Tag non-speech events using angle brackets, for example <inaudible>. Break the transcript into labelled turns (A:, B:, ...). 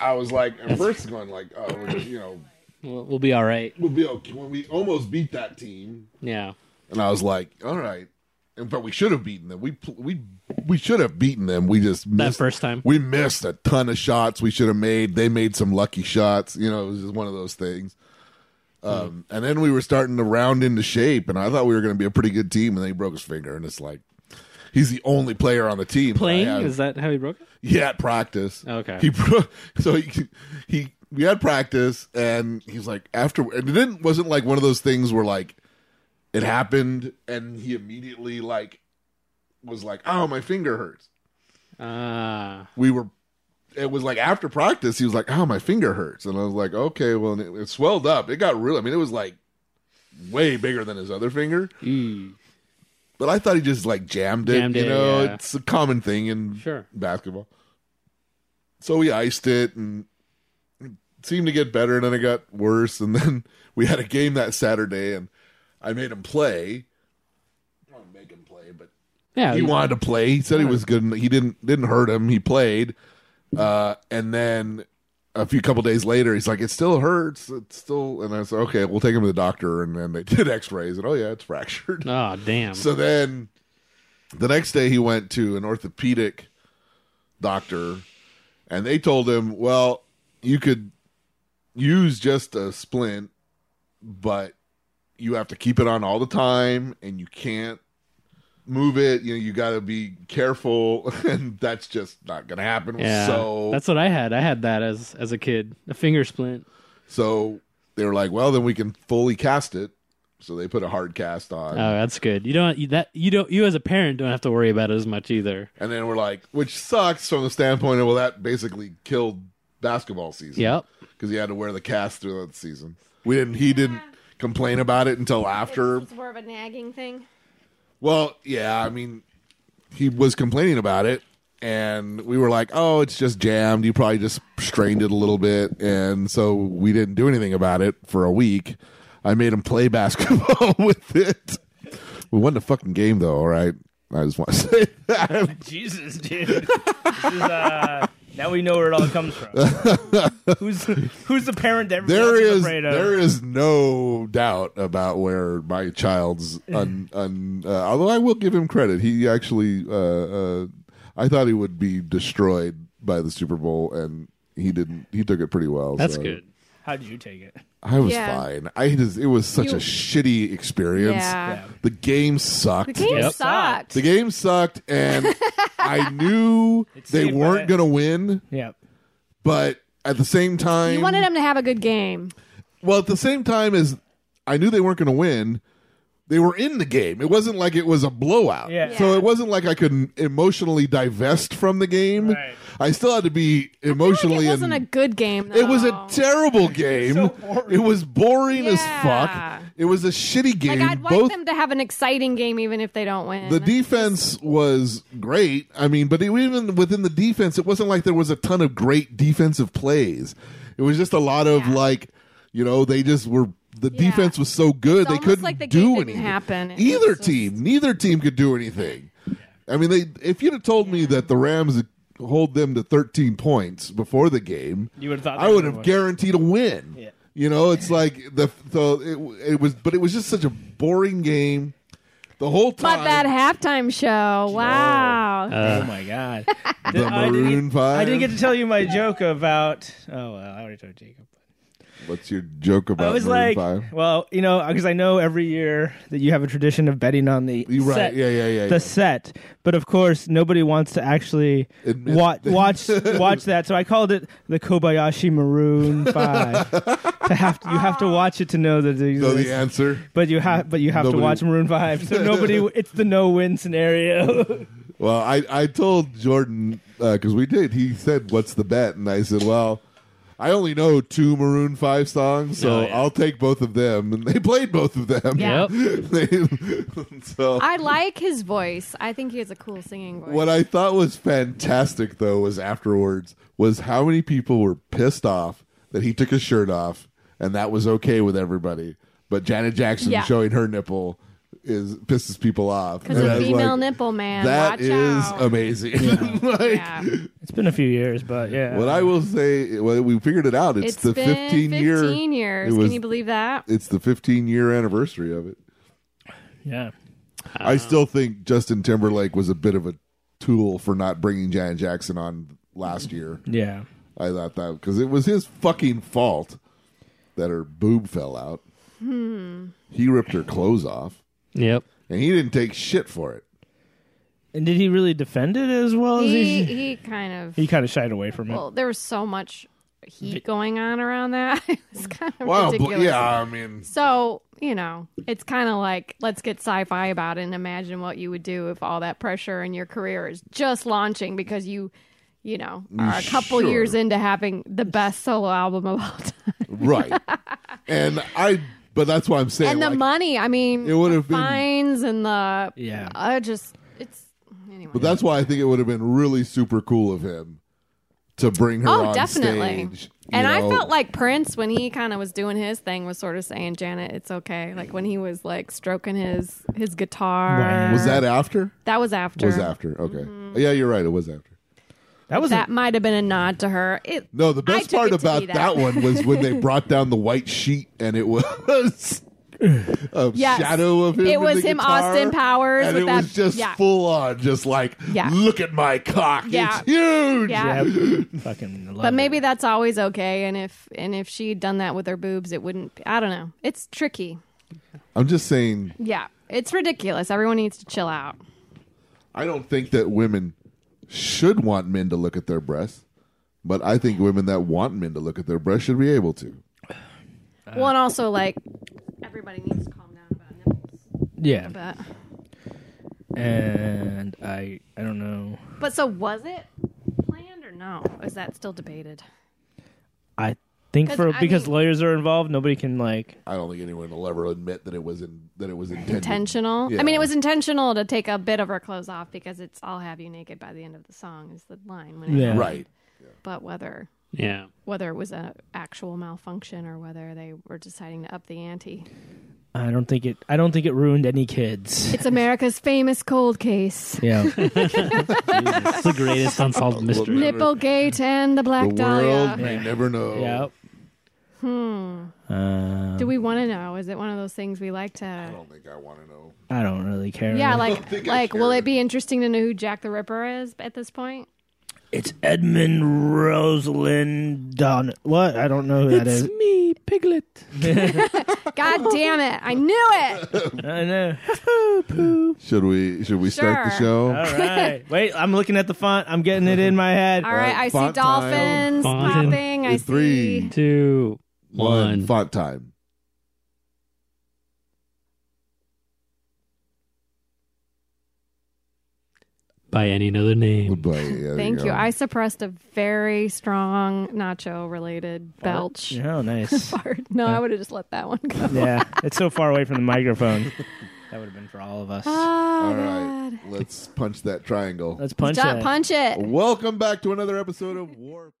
A: I was like, at first going like, oh, we're just, you know,
B: We'll, we'll be all right.
A: we'll be okay when we almost beat that team,
B: Yeah.
A: and I was like, all right, and, but we should have beaten them. We pl- we we should have beaten them. We just
B: That
A: missed. <laughs>
B: first time.
A: we missed a ton of shots we should have made. They made some lucky shots. You know, it was just one of those things.
B: Hmm.
A: Um, And then we were starting to round into shape, and I thought we were going to be a pretty good team, and then he broke his finger, and it's like he's the only player on the team. that I
B: Playing?
A: have-
B: Is that how he broke it?
A: yeah, at practice.
B: Okay.
A: <laughs> He bro- so he he we had practice, and he's like after and it didn't wasn't like one of those things where like it happened, and he immediately like was like, oh, my finger hurts.
B: Ah.
A: We were. It was like after practice, he was like, "Oh, my finger hurts," and I was like, "Okay, well." And it, it swelled up. It got real. I mean, it was like way bigger than his other finger.
B: Mm.
A: But I thought he just like jammed it.
B: Jammed
A: you
B: it,
A: know,
B: yeah.
A: it's a common thing in
B: Sure.
A: basketball. So we iced it and it seemed to get better, and then it got worse. And <laughs> then we had a game that Saturday, and I made him play. I don't make him play, but
B: Yeah.
A: he
B: Oh, you-
A: wanted to play. He said he was good. and He didn't didn't hurt him. He played, uh, and then a few couple days later, he's like, "It still hurts. It's still." And I said, "Okay, we'll take him to the doctor." And then they <laughs> did X rays, and oh yeah, it's fractured.
B: Oh, damn.
A: So then the next day he went to an orthopedic doctor and they told him, "Well, you could use just a splint, but you have to keep it on all the time and you can't move it. You know, you got to be careful <laughs> and that's just not going to happen."
B: yeah.
A: so
B: That's what I had. I had that as as a kid. A finger splint.
A: so they were like, "Well, then we can fully cast it." So they put a hard cast on.
B: Oh, that's good. You don't you, that you don't you as a parent don't have to worry about it as much either.
A: And then we're like, which sucks from the standpoint of, well, that basically killed basketball season.
B: Yep.
A: Because he had to wear the cast throughout the season. We didn't, he didn't complain about it until
C: It's,
A: after.
C: it's more of a nagging thing.
A: Well, yeah, I mean, he was complaining about it. And we were like, oh, it's just jammed. You probably just strained it a little bit. And so we didn't do anything about it for a week. I made him play <laughs> basketball with it. We won the fucking game, though, all right? I just want to <laughs> say that.
D: <laughs> Jesus, dude. This is, uh, now we know where it all comes from. who's who's the parent that
A: <laughs>
D: everyone
A: There
D: else is
A: is
D: afraid of?
A: there is no doubt about where my child's un, un uh, although I will give him credit. He actually uh, uh, I thought he would be destroyed by the Super Bowl and he didn't he took it pretty well.
B: That's
A: so
B: good.
D: How did you take it?
A: I was
C: Yeah.
A: fine. I just it was such
C: You-
A: a shitty experience.
C: Yeah.
D: Yeah.
A: The game sucked.
C: The game
B: Yep.
C: sucked.
A: The game sucked and
C: <laughs>
A: I knew
D: It's
A: they
D: saved by
A: weren't
D: that.
A: going to win,
D: Yeah.
A: but at the same time
C: you wanted him to have a good game.
A: Well, at the same time as I knew they weren't going to win, they were in the game. It wasn't like it was a blowout.
D: Yeah.
A: So it wasn't like I could emotionally divest from the game.
D: Right.
A: I still had to be
C: Like,
A: emotionally.
C: it wasn't a Oh.
A: in-
C: good game.
A: it was
C: though.
A: a terrible game.
D: <laughs> So boring.
A: it was boring
C: Yeah.
A: as fuck. It was a shitty game.
C: like I'd like
A: Both
C: them to have an exciting game even if they don't win.
A: the defense was great. I mean, but even within the defense, it wasn't like there was a ton of great defensive plays. It was just a lot of like, you know, they just were. The
C: Yeah.
A: defense was so good
C: It's
A: they
C: almost
A: couldn't
C: like the game
A: do
C: didn't
A: anything.
C: happen. It
A: Either
C: was just-
A: team, neither team could do anything. I mean, they if you'd have told me that the Rams hold them to 13 points before the game,
D: You would have thought.
A: I would have guaranteed a win.
D: Yeah.
A: You know, it's like the so it, it was, but it was just such a boring game. The whole time,
C: But that halftime show, wow.
D: oh my god.
A: Uh, the
D: I didn't
A: Maroon Five.
D: I didn't get to tell you my joke about. Oh well, I already told Jacob.
A: What's your joke about
D: I was
A: Maroon
D: like,
A: Five?
D: well, you know, because I know every year that you have a tradition of betting on the
A: You right?
D: set-
A: Yeah, yeah, yeah.
D: the
A: yeah.
D: set, but of course nobody wants to actually
A: Admit <laughs>
D: wa-
A: that.
D: watch watch that. So I called it the
A: <laughs>
D: Kobayashi Maroon Five. to have to, you have to watch it to know that it
A: So
D: exists.
A: the answer.
D: but you have but you have
A: Nobody-
D: to watch Maroon Five. So
A: <laughs>
D: nobody, it's the no win scenario. <laughs>
A: Well, I I told Jordan because we did. He said, "What's the bet?" And I said, "Well." I only know two Maroon Five songs, so
B: Oh, yeah.
A: I'll take both of them. And they played both of them. <laughs>
C: Yeah.
A: They- <laughs> so
C: I like his voice. I think he has a cool singing voice.
A: What I thought was fantastic though was afterwards was how many people were pissed off that he took his shirt off and that was okay with everybody, but Janet Jackson
C: Yeah.
A: showing her nipple is pisses people off.
C: Because
A: And I
C: a
A: was
C: female
A: like,
C: nipple man.
A: That
C: Watch
A: is
C: out.
A: amazing. <laughs> like,
C: Yeah.
D: It's been a few years, but yeah.
A: What I will say, well, we figured it out. It's,
C: it's
A: the
C: been
A: 15 year.
C: 15 years.
A: it was-
C: Can you believe that?
A: It's the 15 year anniversary of it.
D: yeah.
A: I still think Justin Timberlake was a bit of a tool for not bringing Janet Jackson on last year.
D: Yeah.
A: I thought that because it was his fucking fault that her boob fell out. He ripped her clothes off,
B: Yep.
A: and he didn't take shit for it.
D: And did he really defend it as well as
C: He,
D: he? He,
C: he kind of.
D: kind of shied away from it.
C: well, there was so much heat going on around that. <laughs> it's kind of
A: Well, but
C: ridiculous.
A: yeah, I mean,
C: So, you know, it's kind of like let's get sci fi about it and imagine what you would do if all that pressure in your career is just launching because you, you know, are a couple
A: Mm, Sure.
C: years into having the best solo album of all time. <laughs>
A: right. and I, but that's what I'm saying.
C: And the
A: like,
C: money, I mean,
A: It would have
C: the
A: been-
C: fines and the.
D: Yeah.
C: I just, it's. Anyway.
A: But that's why I think it would have been really super cool of him to bring her
C: Oh,
A: on
C: definitely.
A: stage. you
C: And I
A: know.
C: felt like Prince when he kind of was doing his thing was sort of saying, "Janet, it's okay." Like when he was like stroking his his guitar.
D: Wow.
A: was that after?
C: That was after. Mm-hmm.
A: Was after? Okay. Yeah, you're right. It was after.
D: That was
C: That
D: a,
C: might have been a nod to her. It,
A: No, the
C: I
A: best
C: took
A: part
C: it to
A: about
C: be
A: that. one was when they brought down the white sheet and it
C: <sighs>
A: was a
C: Yes.
A: shadow of him.
C: It
A: and
C: was
A: the
C: him,
A: guitar,
C: Austin Powers,
A: and
C: with
A: it
C: that-
A: was just
C: yeah.
A: full on, just like,
C: Yeah.
A: look at my cock,
C: Yeah.
A: it's huge.
C: <laughs> Yeah.
D: yeah, fucking. Love
C: But maybe
D: it.
C: that's always okay. And if and if she'd done that with her boobs, it wouldn't. I don't know. It's tricky.
A: I'm just saying,
C: Yeah, it's ridiculous. Everyone needs to chill out.
A: I don't think that women should want men to look at their breasts, but I think women that want men to look at their breasts should be able to.
C: well, and also like everybody needs to calm down about nipples.
D: yeah.
C: But
D: And I, I don't know.
C: but so was it planned or no? Is that still debated?
D: I think
C: 'Cause,
D: for
C: I
D: because
C: mean-
D: lawyers are involved, nobody can like.
A: I don't think anyone will ever admit that it was in that it was intended.
C: Intentional.
A: Yeah.
C: I mean, it was intentional to take a bit of her clothes off because it's "I'll have you naked" by the end of the song is the line. When it
D: Yeah.
A: right.
C: But whether
B: Yeah.
C: whether it was an actual malfunction or whether they were deciding to up the
A: <laughs>
C: ante.
D: I don't think it. I don't think it ruined
C: <laughs>
D: any kids.
C: It's America's famous cold case.
D: Yeah.
B: It's the
A: <laughs>
B: greatest unsolved mystery.
A: Never-
C: Nipplegate and the Black
A: the world
C: Dahlia.
A: may never know.
D: yeah. Hmm. Uh,
C: Do we want to know? Is it one of those things we like
A: I
C: to?
A: don't think I want to know.
D: I don't really care.
C: Yeah,
A: think <laughs>
C: like
A: I
C: like will
A: care.
C: it be interesting to know who Jack the Ripper is at
A: <laughs>
C: this point?
D: It's Edmund Rosalind Don. What? I don't know who that is.
B: me, Piglet.
C: God damn it! I knew it.
D: <laughs> I
C: <laughs>
D: know.
A: Should we should we start the
C: Sure.
A: show?
D: All right. Wait, I'm looking at the font. I'm getting it in my head.
C: All right, I see
A: Font tile.
C: dolphins
B: Font.
C: popping. I
A: It's three.
C: see.
B: Two,
A: One
B: one.
A: font time.
B: by any other name.
A: But, yeah, there
C: Thank
A: go.
C: you. I suppressed a very strong nacho related belch. <laughs>
D: Oh, nice.
C: Fart. No, I would have just let that one go.
D: yeah, it's so far away from the microphone. That would have been for all of us.
C: Oh,
A: All
C: God.
A: right. Let's punch that triangle.
D: Let's punch
C: Don't
D: it.
C: punch it.
A: Welcome back to another episode of Warp.